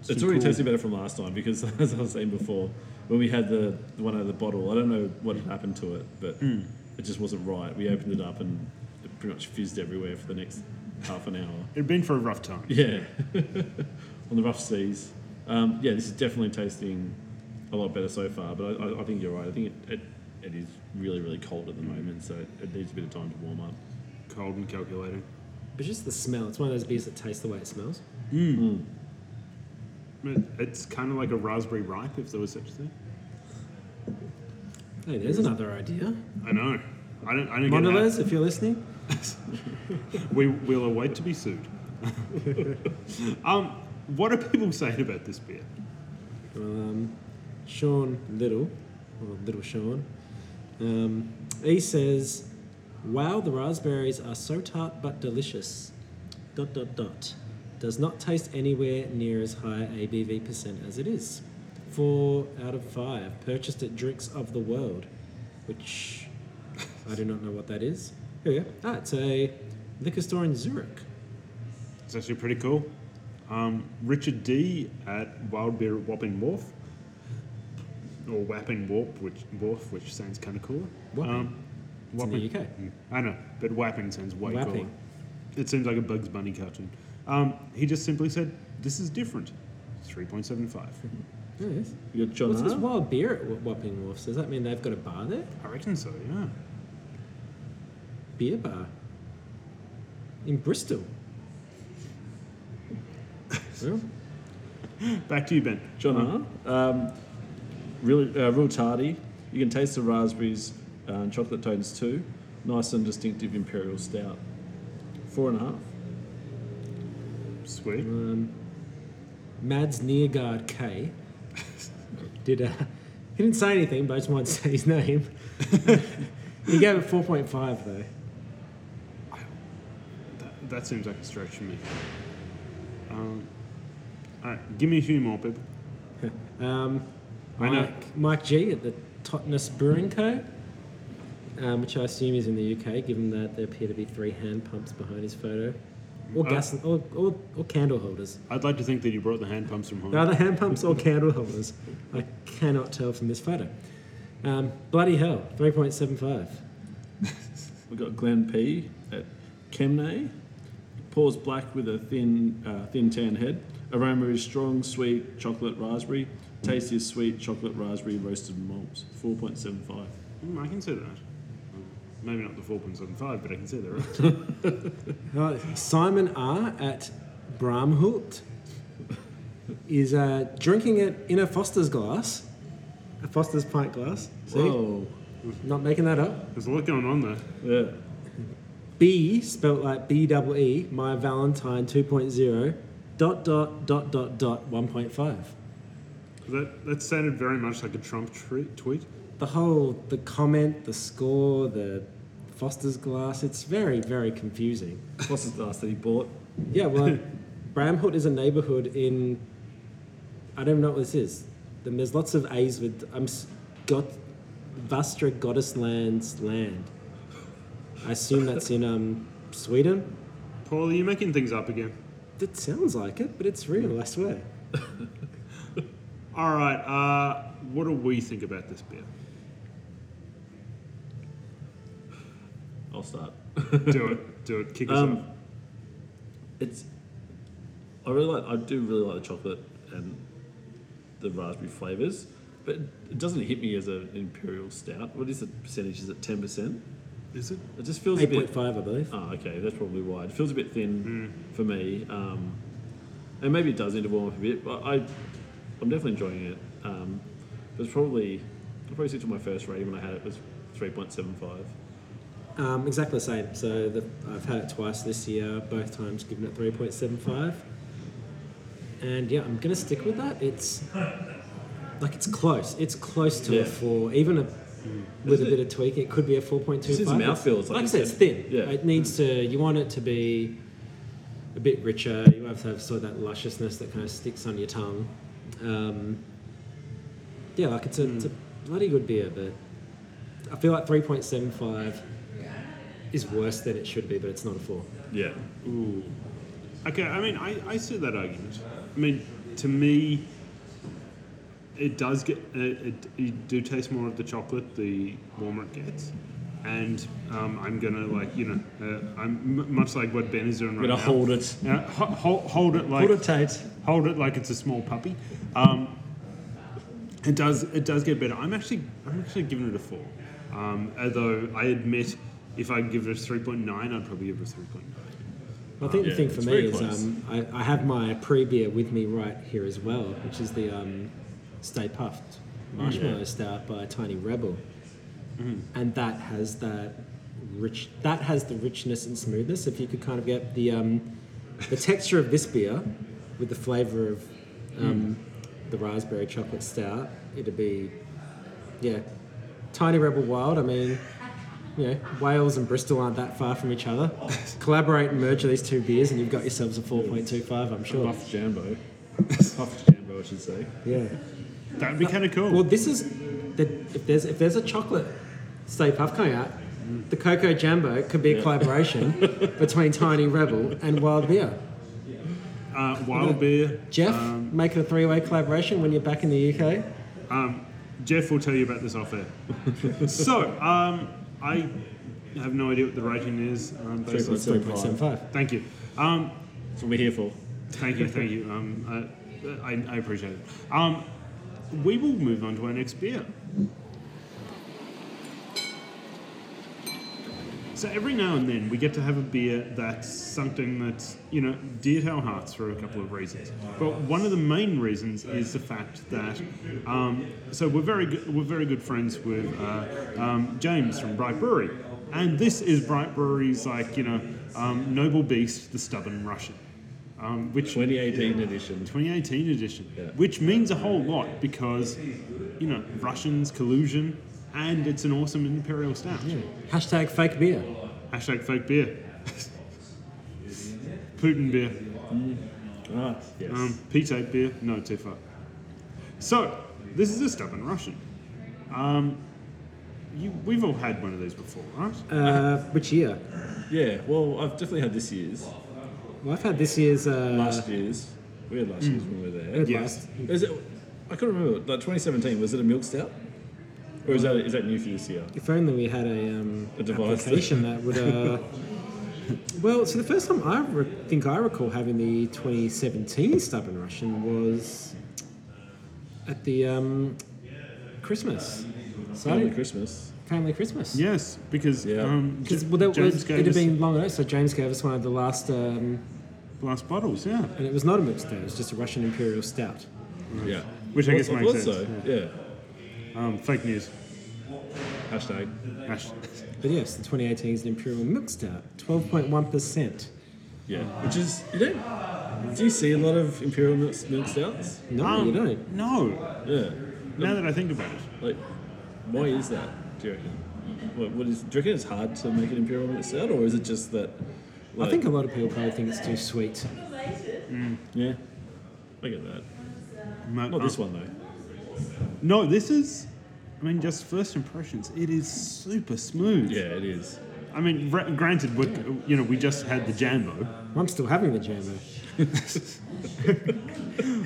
Speaker 5: it's,
Speaker 1: too
Speaker 5: already
Speaker 1: cool.
Speaker 5: tasting better from last time because, *laughs* as I was saying before, when we had the the one out of the bottle, I don't know what had happened to it, but it just wasn't right. We opened it up and it pretty much fizzed everywhere for the next half an hour.
Speaker 1: It'd been for a rough time.
Speaker 5: Yeah, *laughs* on the rough seas. Um, yeah, this is definitely tasting a lot better so far. But I, I, I think you're right. I think it, it, it is really, really cold at the moment, so it, it needs a bit of time to warm up.
Speaker 1: Cold and calculated.
Speaker 2: But just the smell. It's one of those beers that tastes the way it smells.
Speaker 1: It- It's kind of like a raspberry ripe, if there was such a thing.
Speaker 2: Hey, there's another idea.
Speaker 1: I know. I don't. I don't get
Speaker 2: Mondelez, if you're listening.
Speaker 1: how- We will await to be sued. *laughs* um, what are people saying about this beer?
Speaker 2: Well, um, Sean Little, or Little Sean, um, he says, Wow, the raspberries are so tart but delicious. Dot, dot, dot. Does not taste anywhere near as high ABV percent as it is. four out of five. Purchased at Drinks of the World, which *laughs* I do not know what that is. Here we go. Ah, it's a liquor store in Zurich.
Speaker 1: It's actually pretty cool. Um, Richard D at Wild Beer at Wapping Wharf, or Wapping Warp, which Wharf, which sounds kind of cool.
Speaker 2: Wapping.
Speaker 1: Um,
Speaker 2: It's in the UK.
Speaker 1: I know, but Wapping sounds way cooler.
Speaker 2: Wapping.
Speaker 1: It seems like a Bugs Bunny cartoon. Um, he just simply said, "This is different." Three point seven five.
Speaker 2: Oh, Yes.
Speaker 5: You got John
Speaker 2: What's this
Speaker 5: R?
Speaker 2: wild beer at Wa- Wapping Wharf? Does that mean they've got a bar there?
Speaker 1: I reckon so. Yeah.
Speaker 2: Beer bar. In Bristol. well,
Speaker 1: Back to you, Ben.
Speaker 5: John R. Um, really, uh, real tardy. You can taste the raspberries uh, and chocolate tones too. Nice and distinctive imperial stout. Four and a half.
Speaker 1: Sweet.
Speaker 2: um, Mads Neergaard K. Did uh, he didn't say anything, but I just wanted to say
Speaker 1: *laughs*
Speaker 2: his name. he gave it four point five though.
Speaker 1: That, that seems like a stretch for me. Um, all right, give me a few more people.
Speaker 2: Um,
Speaker 1: I know.
Speaker 2: Mike, Mike G at the Totnes Brewing Co., um, which I assume is in the UK, given that there appear to be three hand pumps behind his photo, or
Speaker 1: Uh,
Speaker 2: gas, or, or, or candle holders.
Speaker 1: I'd like to think that you brought the hand pumps from home.
Speaker 2: Are they hand pumps or candle holders? I cannot tell from this photo. Um, bloody hell, three point seven five.
Speaker 5: We've got Glenn P at Kemne. Pours black with a thin, uh, thin tan head. Aroma is strong, sweet chocolate raspberry. Taste is sweet chocolate raspberry roasted malts. 4.75.
Speaker 1: Mm, I can see that. Um, Maybe not the 4.75, but I can see that, right? *laughs*
Speaker 2: Uh, Simon R. at Bramhult is uh, drinking it in a Foster's glass, a Foster's pint glass. See,
Speaker 5: Whoa.
Speaker 2: not making that up.
Speaker 1: There's a lot going on there.
Speaker 5: Yeah.
Speaker 2: B, spelt like B double E, my Valentine 2.0, dot dot dot dot dot 1.5.
Speaker 1: That, that sounded very much like a Trump tre- tweet.
Speaker 2: The whole, the comment, the score, the Foster's glass, it's very, very confusing.
Speaker 5: What's his last that he bought?
Speaker 2: Yeah,
Speaker 5: *laughs*
Speaker 2: well, Bramhood is a neighborhood in. I don't even know what this is. Then there's lots of A's with. I'm. s- Got. Vastra Goddessland's land. I assume that's in um, Sweden.
Speaker 1: Paul, are you making things up again?
Speaker 2: It sounds like it, but it's real, I swear.
Speaker 1: All right, uh, what do we think about this beer?
Speaker 5: I'll start.
Speaker 1: Do it, do it, kick us
Speaker 5: Um,
Speaker 1: off.
Speaker 5: It's. I really like. I do really like the chocolate and the raspberry flavors, but it doesn't hit me as a- an imperial stout. What is the percentage? Is it ten percent?
Speaker 1: Is it?
Speaker 5: It just feels a bit.
Speaker 2: 8.5, I believe.
Speaker 5: Ah, okay, that's probably why. It feels a bit thin
Speaker 1: Hmm.
Speaker 5: for me, um, and maybe it does need to warm up a bit. But I, I'm definitely enjoying it. Um, it was probably. I probably stick to my first rating when I had it was three point seven five.
Speaker 2: Um, exactly the same. So the, I've had it twice this year, both times given it 3.75. And yeah, I'm going to stick with that. It's like it's close. It's close to
Speaker 5: Yeah.
Speaker 2: a 4. Even a, with a
Speaker 5: Isn't
Speaker 2: bit of tweak, it could be a 4.25.
Speaker 5: Just its mouthfeel, it's like
Speaker 2: like I
Speaker 5: you
Speaker 2: said, it's
Speaker 5: said.
Speaker 2: thin.
Speaker 5: Yeah.
Speaker 2: It needs to, you want it to be a bit richer. You have to have sort of that lusciousness that kind of sticks on your tongue. Um, yeah, like it's a, it's a bloody good beer, but I feel like 3.75 is worse than it should be, but it's not a 4.
Speaker 5: Yeah.
Speaker 1: Ooh. Okay, I mean, I, I see that argument. I mean, to me, it does get, uh, it, you do taste more of the chocolate the warmer it gets. And um, I'm gonna like you know uh, I'm m- much like what Ben is doing right
Speaker 5: Gonna
Speaker 1: now.
Speaker 5: hold it.
Speaker 1: Yeah, ho- hold, hold it like
Speaker 5: Tate.
Speaker 1: hold it like it's a small puppy. Um, it does it does get better. I'm actually I'm actually giving it a four. Um, although I admit, if I give it a three point nine, I'd probably give it a three point nine.
Speaker 2: I think
Speaker 5: Yeah,
Speaker 2: the thing for
Speaker 5: it's
Speaker 2: me
Speaker 5: very
Speaker 2: is
Speaker 5: close.
Speaker 2: um, I, I have my pre beer with me right here as well, which is the um, Stay Puffed Marshmallow Stout by Tiny Rebel.
Speaker 5: Mm.
Speaker 2: And that has that rich, that has the richness and smoothness. If you could kind of get the um, the texture of this beer with the flavour of
Speaker 5: Mm.
Speaker 2: um, the raspberry chocolate stout, it'd be yeah. Tiny Rebel Wild, I mean, you know, Wales and Bristol aren't that far from each other. *laughs* Collaborate and merge these two beers, and you've got yourselves a 4.25, I'm sure.
Speaker 5: Puff Jambo. Puff Jambo, I should say.
Speaker 2: Yeah.
Speaker 1: That'd be kind of cool.
Speaker 2: Well, this is the, if there's if there's a chocolate Stay Puft coming out, the Cocoa Jumbo could be a collaboration between Tiny Rebel and Wild Beer.
Speaker 1: uh, wild beer.
Speaker 2: Jeff, making a three-way collaboration when you're back in the UK.
Speaker 1: Jeff will tell you about this off air. so, um, I have no idea what the rating is. Um, based on-
Speaker 5: That's so far.
Speaker 2: 3.75.
Speaker 1: thank you. Um,
Speaker 5: That's what we're here for.
Speaker 1: Thank you, thank you. Um, I, I, I appreciate it. Um, we will move on to our next beer. So every now and then we get to have a beer that's something that's you know dear to our hearts for a couple of reasons. But one of the main reasons is the fact that um, so we're very good, we're very good friends with uh, um, James from Bright Brewery, and this is Bright Brewery's like you know um, Noble Beast, the Stubborn Russian, um, which
Speaker 5: 2018 edition.
Speaker 1: 2018 edition,
Speaker 5: Yeah.
Speaker 1: which means a whole lot because, you know, Russians, collusion, and it's an awesome imperial stout.
Speaker 2: Hashtag fake beer.
Speaker 1: Hashtag fake beer. Putin beer.
Speaker 5: Ah, yes.
Speaker 1: Um, P-tape beer. No, too far. So, this is a stubborn Russian. Um, you, we've all had one of these before, right?
Speaker 2: Uh, which year?
Speaker 5: yeah, well, I've definitely had this year's.
Speaker 2: Well, I've had this year's. Uh,
Speaker 5: Last year's. We had last year's
Speaker 1: Hmm.
Speaker 5: when we were there.
Speaker 2: had
Speaker 1: Yes.
Speaker 5: Is it? I can't remember. Like 2017, was it a milk stout? Or is that is that new for this year?
Speaker 2: If only we had a, um,
Speaker 5: A device.
Speaker 2: application that would. Uh, well, so the first time I re- think I recall having the 2017 Stubborn Russian was at the um, Christmas. So
Speaker 5: Only
Speaker 2: family,
Speaker 5: Christmas.
Speaker 2: family Christmas.
Speaker 1: Yes, because
Speaker 5: Yeah.
Speaker 1: um,
Speaker 2: Because well, that
Speaker 1: James
Speaker 2: was, it
Speaker 1: gave
Speaker 2: had
Speaker 1: us
Speaker 2: been long ago, so James gave us one of the last, um,
Speaker 1: glass bottles, yeah.
Speaker 2: and it was not a mixed stout, it was just a Russian Imperial Stout.
Speaker 5: Yeah.
Speaker 1: Which I guess
Speaker 5: Well,
Speaker 1: makes
Speaker 5: thought
Speaker 1: sense.
Speaker 5: So. Yeah.
Speaker 1: Um, fake news.
Speaker 5: Hashtag.
Speaker 1: Ash.
Speaker 2: But yes, the 2018 is an Imperial Milk Stout, 12.1%.
Speaker 5: Yeah. Which is you don't. Do you see a lot of imperial milk, milk stouts?
Speaker 2: No,
Speaker 1: Um,
Speaker 2: you don't.
Speaker 1: No,
Speaker 5: Yeah.
Speaker 1: now that I think about it.
Speaker 5: Like, why is that? Do you reckon? What, what is? Do you reckon it's hard to make an imperial milk stout, or is it just that? Like,
Speaker 2: I think a lot of people probably think it's too sweet.
Speaker 5: Yeah. I get that.
Speaker 1: Ma-
Speaker 5: Not
Speaker 1: oh.
Speaker 5: this one though.
Speaker 1: No, this is. I mean, just first impressions. It is super smooth.
Speaker 5: Yeah, it is.
Speaker 1: I mean, ra- granted, we you know we just had the jambo.
Speaker 2: I'm still having the jambo.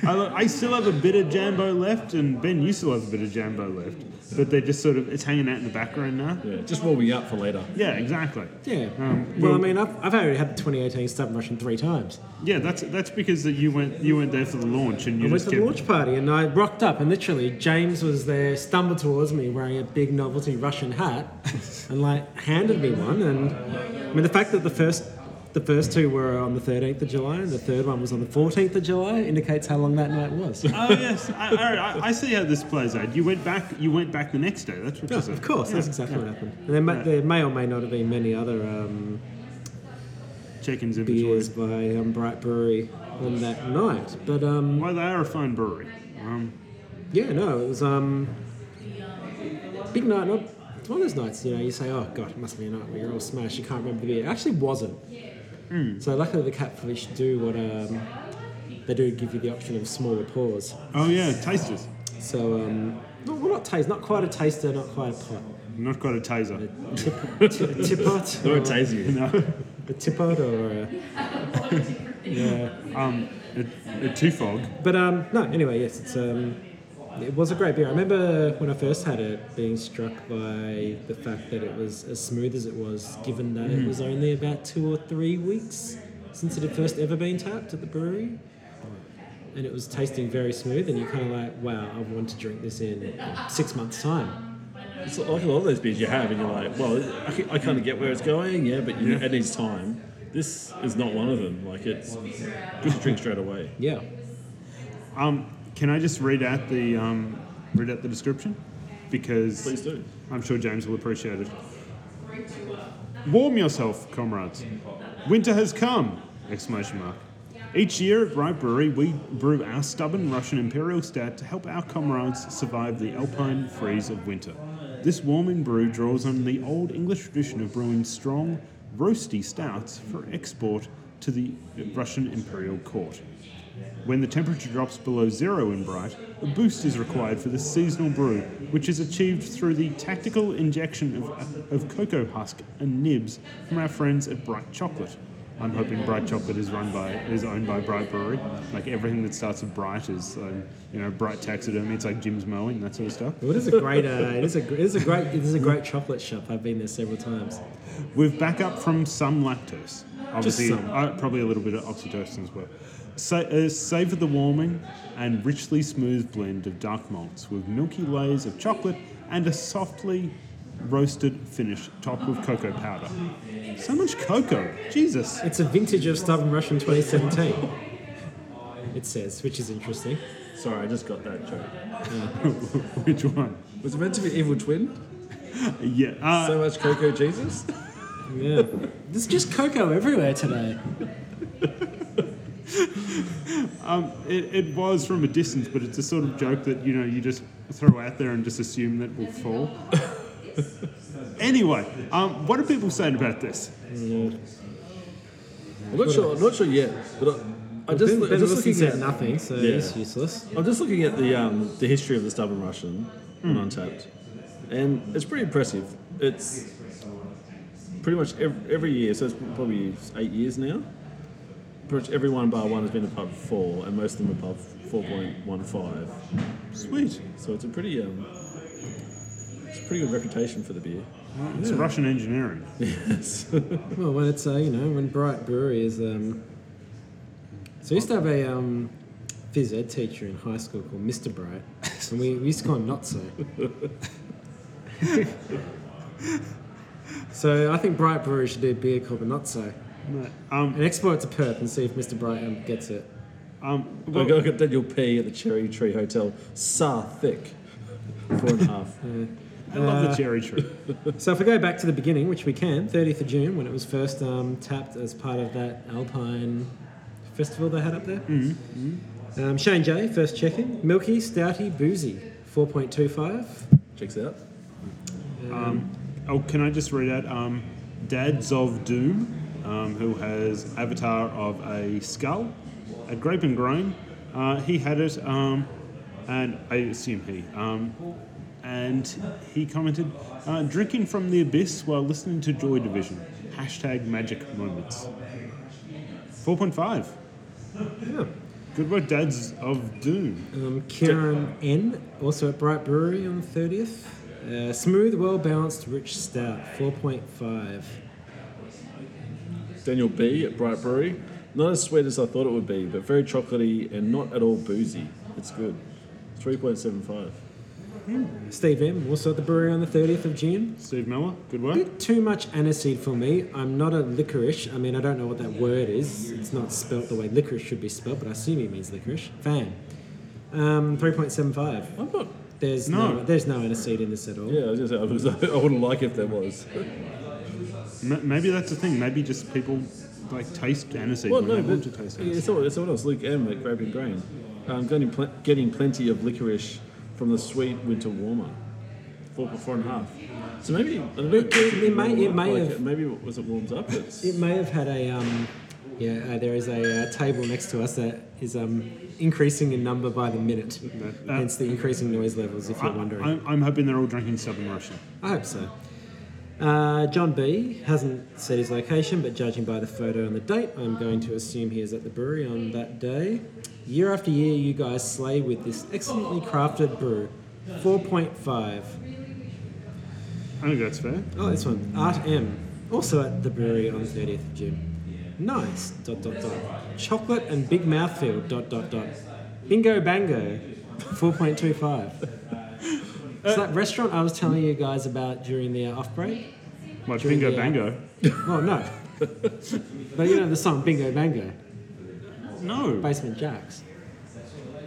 Speaker 1: I, lo- I still have a bit of jambo left, and Ben, you still have a bit of jambo left. But they're just sort of it's hanging out in the background now.
Speaker 5: Yeah. Just warming up for later.
Speaker 1: Yeah, exactly.
Speaker 2: Yeah.
Speaker 1: Um,
Speaker 2: well, I
Speaker 1: well-
Speaker 2: mean, I've, I've already had the 2018 Stubborn Russian three times.
Speaker 1: Yeah, that's that's because that you went you went there for the launch and you
Speaker 2: I went
Speaker 1: just
Speaker 2: to the
Speaker 1: kept-
Speaker 2: launch party and I rocked up, and literally, James was there, stumbled towards me wearing a big novelty
Speaker 1: *laughs*
Speaker 2: Russian hat, and like handed me one. And I mean, the fact that the first the first two were on the 13th of July and the third one was on the 14th of July indicates how long that
Speaker 1: *laughs*
Speaker 2: night was.
Speaker 1: Oh yes, I, all right, I, I see how this plays out. You went back. You went back the next day. That's what
Speaker 2: Yeah,
Speaker 1: you said.
Speaker 2: of course,
Speaker 1: Yeah,
Speaker 2: that's exactly
Speaker 1: yeah.
Speaker 2: what happened. And there may, there may or may not have been many other um,
Speaker 1: Check-ins inventory.
Speaker 2: beers by um, Bright Brewery on that night, but um,
Speaker 1: Well, they are a fine brewery. Um,
Speaker 2: Yeah, no, it was um big night. Not it's one of those nights, you know, you say, "Oh God, it must be a night where you're all smashed. You can't remember the beer." It actually wasn't. So luckily, the catfish do what um, they do give you the option of smaller pours.
Speaker 1: oh yeah, tasters.
Speaker 2: So um, not, well, not taste, not quite a taster, not quite a pot,
Speaker 1: Not quite a taser.
Speaker 2: a tippot,
Speaker 5: Or
Speaker 2: or
Speaker 5: it tastes
Speaker 1: *laughs*
Speaker 5: you.
Speaker 1: No,
Speaker 2: a tippot, or a, yeah.
Speaker 1: um, a, a two-fog.
Speaker 2: But um, no, anyway, yes, it's um, it was a great beer. I remember when I first had it being struck by the fact that it was as smooth as it was, given that it was only about two or three weeks since it had first ever been tapped at the brewery. And it was tasting very smooth, and you're kind of like, wow, I want to drink this in six months' time.
Speaker 5: It's like a lot of those beers you have, and you're like, well, I, ca- I kind of get where it's going, yeah, but you, it needs time. This is not one of them. Like, it's good to drink straight away.
Speaker 2: Yeah.
Speaker 1: Um, can I just read out the um, read out the description? Because
Speaker 5: Please do.
Speaker 1: I'm sure James will appreciate it. Warm yourself, comrades. Winter has come! Exclamation mark. Each year at Bright Brewery, we brew our stubborn Russian Imperial Stout to help our comrades survive the alpine freeze of winter. This warming brew draws on the old English tradition of brewing strong, roasty stouts for export to the Russian Imperial Court. When the temperature drops below zero in Bright, a boost is required for this seasonal brew, which is achieved through the tactical injection of, of cocoa husk and nibs from our friends at Bright Chocolate. I'm hoping Bright Chocolate is run by is owned by Bright Brewery. Like everything that starts with Bright is, um, you know, Bright Taxidermy. It's like Jim's mowing that sort of stuff.
Speaker 2: Well, it is a great. Uh, it is a. gr- It is a great. It is a great chocolate shop. I've been there several times.
Speaker 1: We've back up from some lactose. Obviously,
Speaker 2: some.
Speaker 1: Uh, probably a little bit of oxytocin as well. Sa- uh, savor the warming and richly smooth blend of dark malts with milky layers of chocolate and a softly roasted finish topped with cocoa powder. So much cocoa. Jesus. *laughs*
Speaker 2: It's a vintage of Stubborn Russian 2017. It says, which is interesting.
Speaker 5: Sorry, I just got that joke.
Speaker 1: Which one?
Speaker 5: Was it meant to be Evil Twin?
Speaker 1: Yeah. Uh,
Speaker 5: so much Cocoa Jesus?
Speaker 2: Yeah, there's just cocoa everywhere today.
Speaker 1: It, it was from a distance, but it's a sort of joke that you know you just throw out there and just assume that will fall. *laughs* anyway, um, what are people saying about this?
Speaker 5: I'm not sure. I'm not sure yet. But I, I just,
Speaker 2: ben
Speaker 5: I'm
Speaker 2: ben
Speaker 5: just
Speaker 2: Wilson
Speaker 5: looking
Speaker 2: said
Speaker 5: at.
Speaker 2: nothing, so
Speaker 5: Yeah.
Speaker 2: it's useless.
Speaker 5: I'm just looking at the um, the history of the stubborn Russian on Untapped, and it's pretty impressive. It's pretty much every, every year, so it's probably eight years now. Pretty much every one bar one has been above four, and most of them above four point one five.
Speaker 1: Sweet.
Speaker 5: So it's a pretty um, it's a pretty good reputation for the beer.
Speaker 1: It's Russian engineering.
Speaker 5: Yes.
Speaker 2: Well, when it's uh, you know when Bright Brewery is um, so I used to have a um, phys ed teacher in high school called Mr. Bright, and we, we used to call him
Speaker 5: *laughs*
Speaker 2: Not So. so I think Bright Brewery should do a beer called the Not So,
Speaker 1: Um,
Speaker 2: and export it to Perth and see if Mr. Bright um, gets it.
Speaker 1: um,
Speaker 5: I
Speaker 1: well,
Speaker 5: got a Daniel P at the Cherry Tree Hotel. Sa thick. Four and a half.
Speaker 1: I love the cherry tree.
Speaker 2: So if we go back to the beginning, which we can, 30th of June, when it was first um, tapped as part of that Alpine festival they had up there. Um, Shane J, first checking. Milky, stouty, boozy, 4.25.
Speaker 5: Checks out.
Speaker 1: Oh, can I just read out um, Dads of Doom, um, who has avatar of a skull, a grape and grain. Uh, he had it, um, and I assume he. Um, and he commented, uh, "Drinking from the abyss while listening to Joy Division." Hashtag magic moments. Four point five.
Speaker 2: Yeah.
Speaker 1: Good work, Dads of Doom.
Speaker 2: Um, Kieran N, also at Bright Brewery on the 30th. Uh, smooth, well balanced, rich stout, 4.5.
Speaker 5: Daniel B at Bright Brewery. Not as sweet as I thought it would be, but very chocolatey and not at all boozy. It's good. 3.75.
Speaker 2: Uh, Steve M, also at the brewery on the 30th of June.
Speaker 1: Steve Miller. Good
Speaker 2: A
Speaker 1: work.
Speaker 2: bit too much aniseed for me. I'm not a licorice. I mean, I don't know what that word is. It's not spelt the way licorice should be spelt, but I assume he means licorice. Fan. Um, 3.75.
Speaker 5: I'm not.
Speaker 2: There's no.
Speaker 1: No.
Speaker 2: there's no aniseed in this at all.
Speaker 5: Yeah, I was going to say, I, was, *laughs* I wouldn't like if there was.
Speaker 1: M- maybe that's the thing. Maybe just people like taste aniseed
Speaker 5: Well,
Speaker 1: when
Speaker 5: no,
Speaker 1: they want
Speaker 5: but
Speaker 1: to taste aniseed.
Speaker 5: it's someone, it's someone else, Luke M at Grape and Grain. Um, getting, pl- getting plenty of licorice from the sweet winter warmer. Four, four and a half. So maybe I don't know,
Speaker 2: It- it- it may- it may have-
Speaker 5: maybe as it warms up, it's
Speaker 2: It may have had a. Um, yeah, uh, there is a uh, table next to us that is um, increasing in number by the minute.
Speaker 1: uh,
Speaker 2: Hence the increasing noise levels, if you're
Speaker 1: I-
Speaker 2: wondering.
Speaker 1: I'm, I'm hoping they're all drinking Southern Russian.
Speaker 2: I hope so. Uh, John B hasn't said his location, but judging by the photo and the date, I'm going to assume he is at the brewery on that day. Year after year, you guys slay with this excellently crafted brew. 4.5.
Speaker 1: I think that's fair.
Speaker 2: Oh, this one. Art M. Also at the brewery on the 30th of June. Nice. Dot, dot, dot. Chocolate and big mouthfeel. Dot, dot, dot. Bingo bango. 4.25. It's that restaurant I was telling you guys about during the uh, off break.
Speaker 1: Like
Speaker 2: During
Speaker 1: bingo
Speaker 2: the, uh,
Speaker 1: bango.
Speaker 2: Well, no. but you know the song Bingo Bango,
Speaker 1: No,
Speaker 2: Basement Jacks.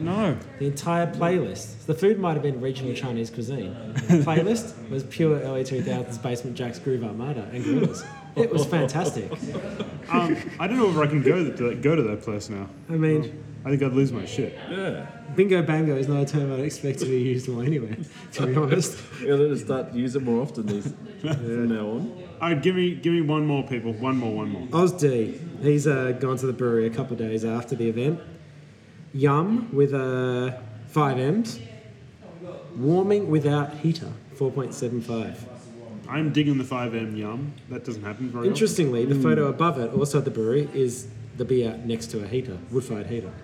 Speaker 1: no.
Speaker 2: The entire playlist. The food might have been regional Chinese cuisine. The playlist was pure early 2000s Basement Jacks Groove Armada and Gorillas. It was fantastic.
Speaker 5: *laughs*
Speaker 1: Um, I don't know if I can go to that, go to that place now.
Speaker 2: I mean,
Speaker 1: I think I'd lose my shit.
Speaker 5: yeah.
Speaker 2: Bingo Bango is not a term I'd expect to be used well anyway, to be honest.
Speaker 5: Yeah, let us start to use it more
Speaker 2: *laughs*
Speaker 5: often these from now on.
Speaker 1: All right, give me give me one more, people. One more, one more.
Speaker 2: Oz D, he's uh, gone to the brewery a couple of days after the event. Yum with a five M's. Warming without heater, four point seven five.
Speaker 1: I'm digging the 5M yum. That doesn't happen very
Speaker 2: Interestingly, the photo above it, also at the brewery, is the beer next to a heater, wood-fired heater.
Speaker 1: often.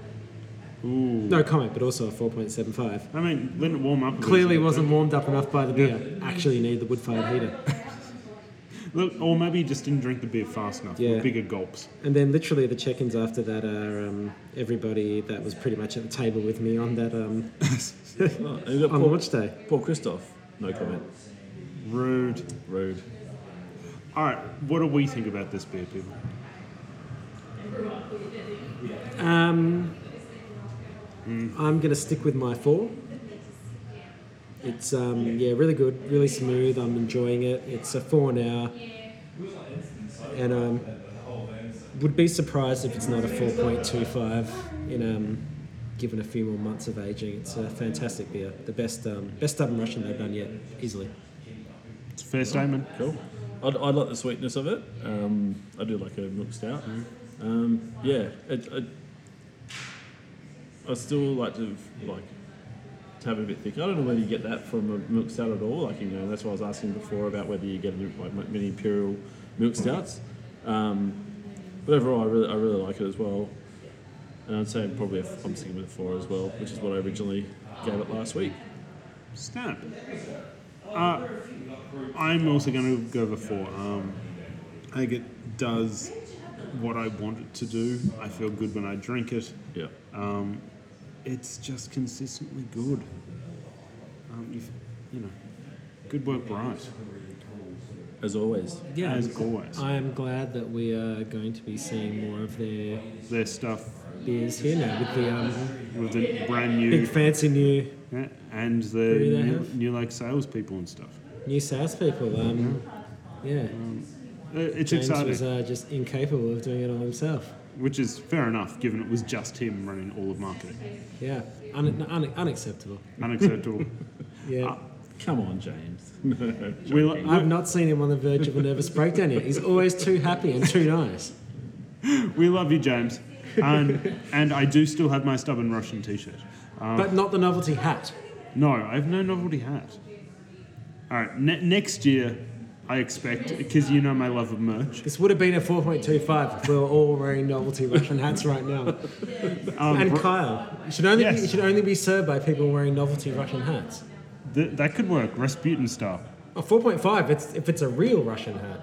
Speaker 1: Ooh.
Speaker 2: No comment, but also a four point seven five.
Speaker 1: I mean, let it warm up. a bit,
Speaker 2: Clearly
Speaker 1: so-
Speaker 2: wasn't warmed up enough by the beer. Actually need the wood-fired heater.
Speaker 1: Look, Or maybe you just didn't drink the beer fast enough.
Speaker 2: Yeah.
Speaker 1: Or bigger gulps.
Speaker 2: And then literally the check-ins after that are um, everybody that was pretty much at the table with me on that um,
Speaker 5: Oh, and you got
Speaker 2: on
Speaker 5: Paul,
Speaker 2: launch day.
Speaker 5: Paul Christoph. No comment.
Speaker 1: Rude.
Speaker 5: Rude.
Speaker 1: All right, what do we think about this beer, people?
Speaker 2: Um, I'm going to stick with my four. It's um, yeah, really good, really smooth. I'm enjoying it. It's a four now, and um, would be surprised if it's not a four point two five. In um, given a few more months of aging, it's a fantastic beer. The best um, best stubborn Russian they've done yet, easily.
Speaker 1: It's a fair statement.
Speaker 5: Cool. I, I like the sweetness of it. Um, I do like a milk stout. Um, yeah, it, it, I still like to like to have it a bit thicker. I don't know whether you get that from a milk stout at all. Like you know, that's what I was asking before about whether you get it like mini imperial milk stouts. Um, but overall, I really I really like it as well. And I'd say probably a, I'm sticking with a four as well, which is what I originally gave it last week.
Speaker 1: Snap. Uh, I'm also going to go with a four. Um, I think it does what I want it to do. I feel good when I drink it.
Speaker 5: Yeah.
Speaker 1: Um, it's just consistently good. Um, you've, you know, good work, Bryce.
Speaker 5: As always.
Speaker 2: Yeah,
Speaker 1: As always.
Speaker 2: Um, I am glad that we are going to be seeing more of their
Speaker 1: Their stuff
Speaker 2: beers here now with the um,
Speaker 1: with the brand new
Speaker 2: big fancy new
Speaker 1: yeah, and the
Speaker 2: do they
Speaker 1: new,
Speaker 2: have?
Speaker 1: new like salespeople and stuff.
Speaker 2: new sales people. Um, yeah,
Speaker 1: Uh, It's
Speaker 2: James
Speaker 1: exciting,
Speaker 2: was uh, just incapable of doing it all himself.
Speaker 1: which is fair enough, given it was just him running all of marketing.
Speaker 2: Yeah, un- un- unacceptable. *laughs*
Speaker 1: Unacceptable.
Speaker 2: Yeah,
Speaker 1: Uh,
Speaker 5: Come on, James. *laughs* No.
Speaker 1: we, lo-
Speaker 2: I've not seen him on the verge of a nervous
Speaker 1: *laughs*
Speaker 2: breakdown yet. He's always too happy and too nice.
Speaker 1: We love you, James. And, and I do still have my stubborn Russian T-shirt. Um,
Speaker 2: But not the novelty hat.
Speaker 1: no, I have no novelty hat. All right, ne- next year, I expect because you know my love of merch.
Speaker 2: This would have been a 4.25 if we were all wearing novelty Russian hats right now.
Speaker 1: *laughs* Um,
Speaker 2: And
Speaker 1: br-
Speaker 2: Kyle, it should only
Speaker 1: Yes.
Speaker 2: be, it should only be served by people wearing novelty Russian hats.
Speaker 1: th- that could work, Rasputin style.
Speaker 2: Oh, 4.5 it's, if it's a real Russian hat.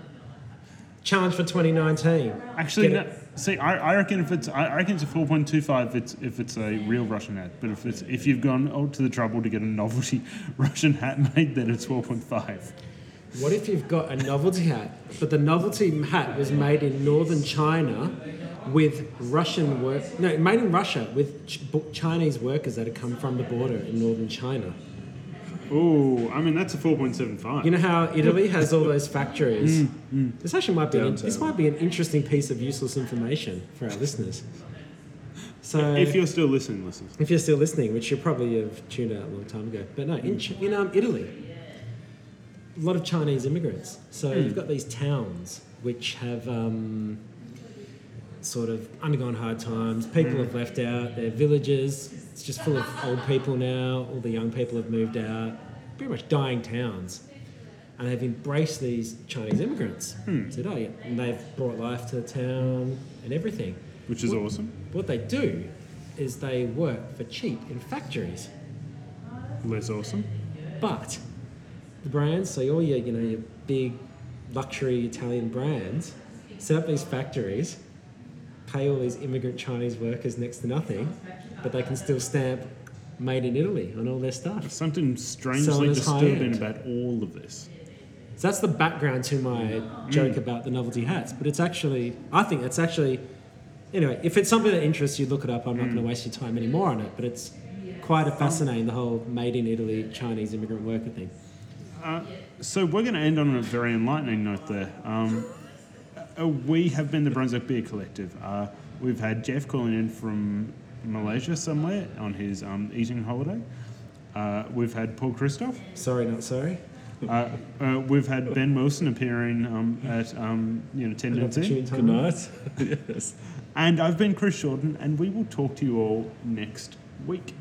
Speaker 2: Challenge for 2019.
Speaker 1: Actually,
Speaker 2: Get
Speaker 1: no,
Speaker 2: it.
Speaker 1: see, I, I reckon if it's I, I reckon it's a four point two five. It's if it's a real Russian hat, but if it's if you've gone oh, to the trouble to get a novelty *laughs* Russian hat made, then it's four point five.
Speaker 2: What if you've got a novelty hat, but the novelty hat was made in northern China with Russian work? No, made in Russia with ch- bu- Chinese workers that had come from the border in northern China.
Speaker 1: Oh, I mean that's a four point seven five.
Speaker 2: You know how Italy has all those factories. This actually might be an, this might be an interesting piece of useless information for our listeners. So
Speaker 1: if you're still listening, listen.
Speaker 2: If you're still listening, which you probably have tuned out a long time ago, but no, in, Ch- in um, Italy, a lot of Chinese immigrants. So you've got these towns which have um, sort of undergone hard times. People have left out their villages. It's just full of old people now. All the young people have moved out. Pretty much dying towns. And they've embraced these Chinese immigrants. Said, oh yeah, and they've brought life to the town and everything.
Speaker 1: which is
Speaker 2: What-
Speaker 1: awesome.
Speaker 2: what they do is they work for cheap in factories,
Speaker 1: Less awesome.
Speaker 2: but the brands, so all your you know your big luxury Italian brands, set up these factories, pay all these immigrant Chinese workers next to nothing, but they can still stamp "Made in Italy" on all their stuff.
Speaker 1: Something strangely
Speaker 2: Someone is
Speaker 1: disturbing
Speaker 2: high-end.
Speaker 1: about all of this.
Speaker 2: So that's the background to my joke about the novelty hats. But it's actually, I think it's actually, anyway, if it's something that interests you, look it up. I'm not going to waste your time anymore on it. But it's quite a fascinating, the whole made in Italy Chinese immigrant worker thing.
Speaker 1: So we're going to end on a very enlightening note there. Um, uh, we have been the Brunswick Beer Collective. Uh, we've had Jeff calling in from Malaysia somewhere on his um, eating holiday. Uh, we've had Paul Christoph.
Speaker 2: Sorry, not sorry.
Speaker 1: Uh, uh, we've had Ben Wilson appearing um, at um, you know ten
Speaker 2: An
Speaker 1: minutes in.
Speaker 2: opportune
Speaker 5: Good
Speaker 2: time.
Speaker 5: night. yes.
Speaker 1: And I've been Chris Jordan, and we will talk to you all next week.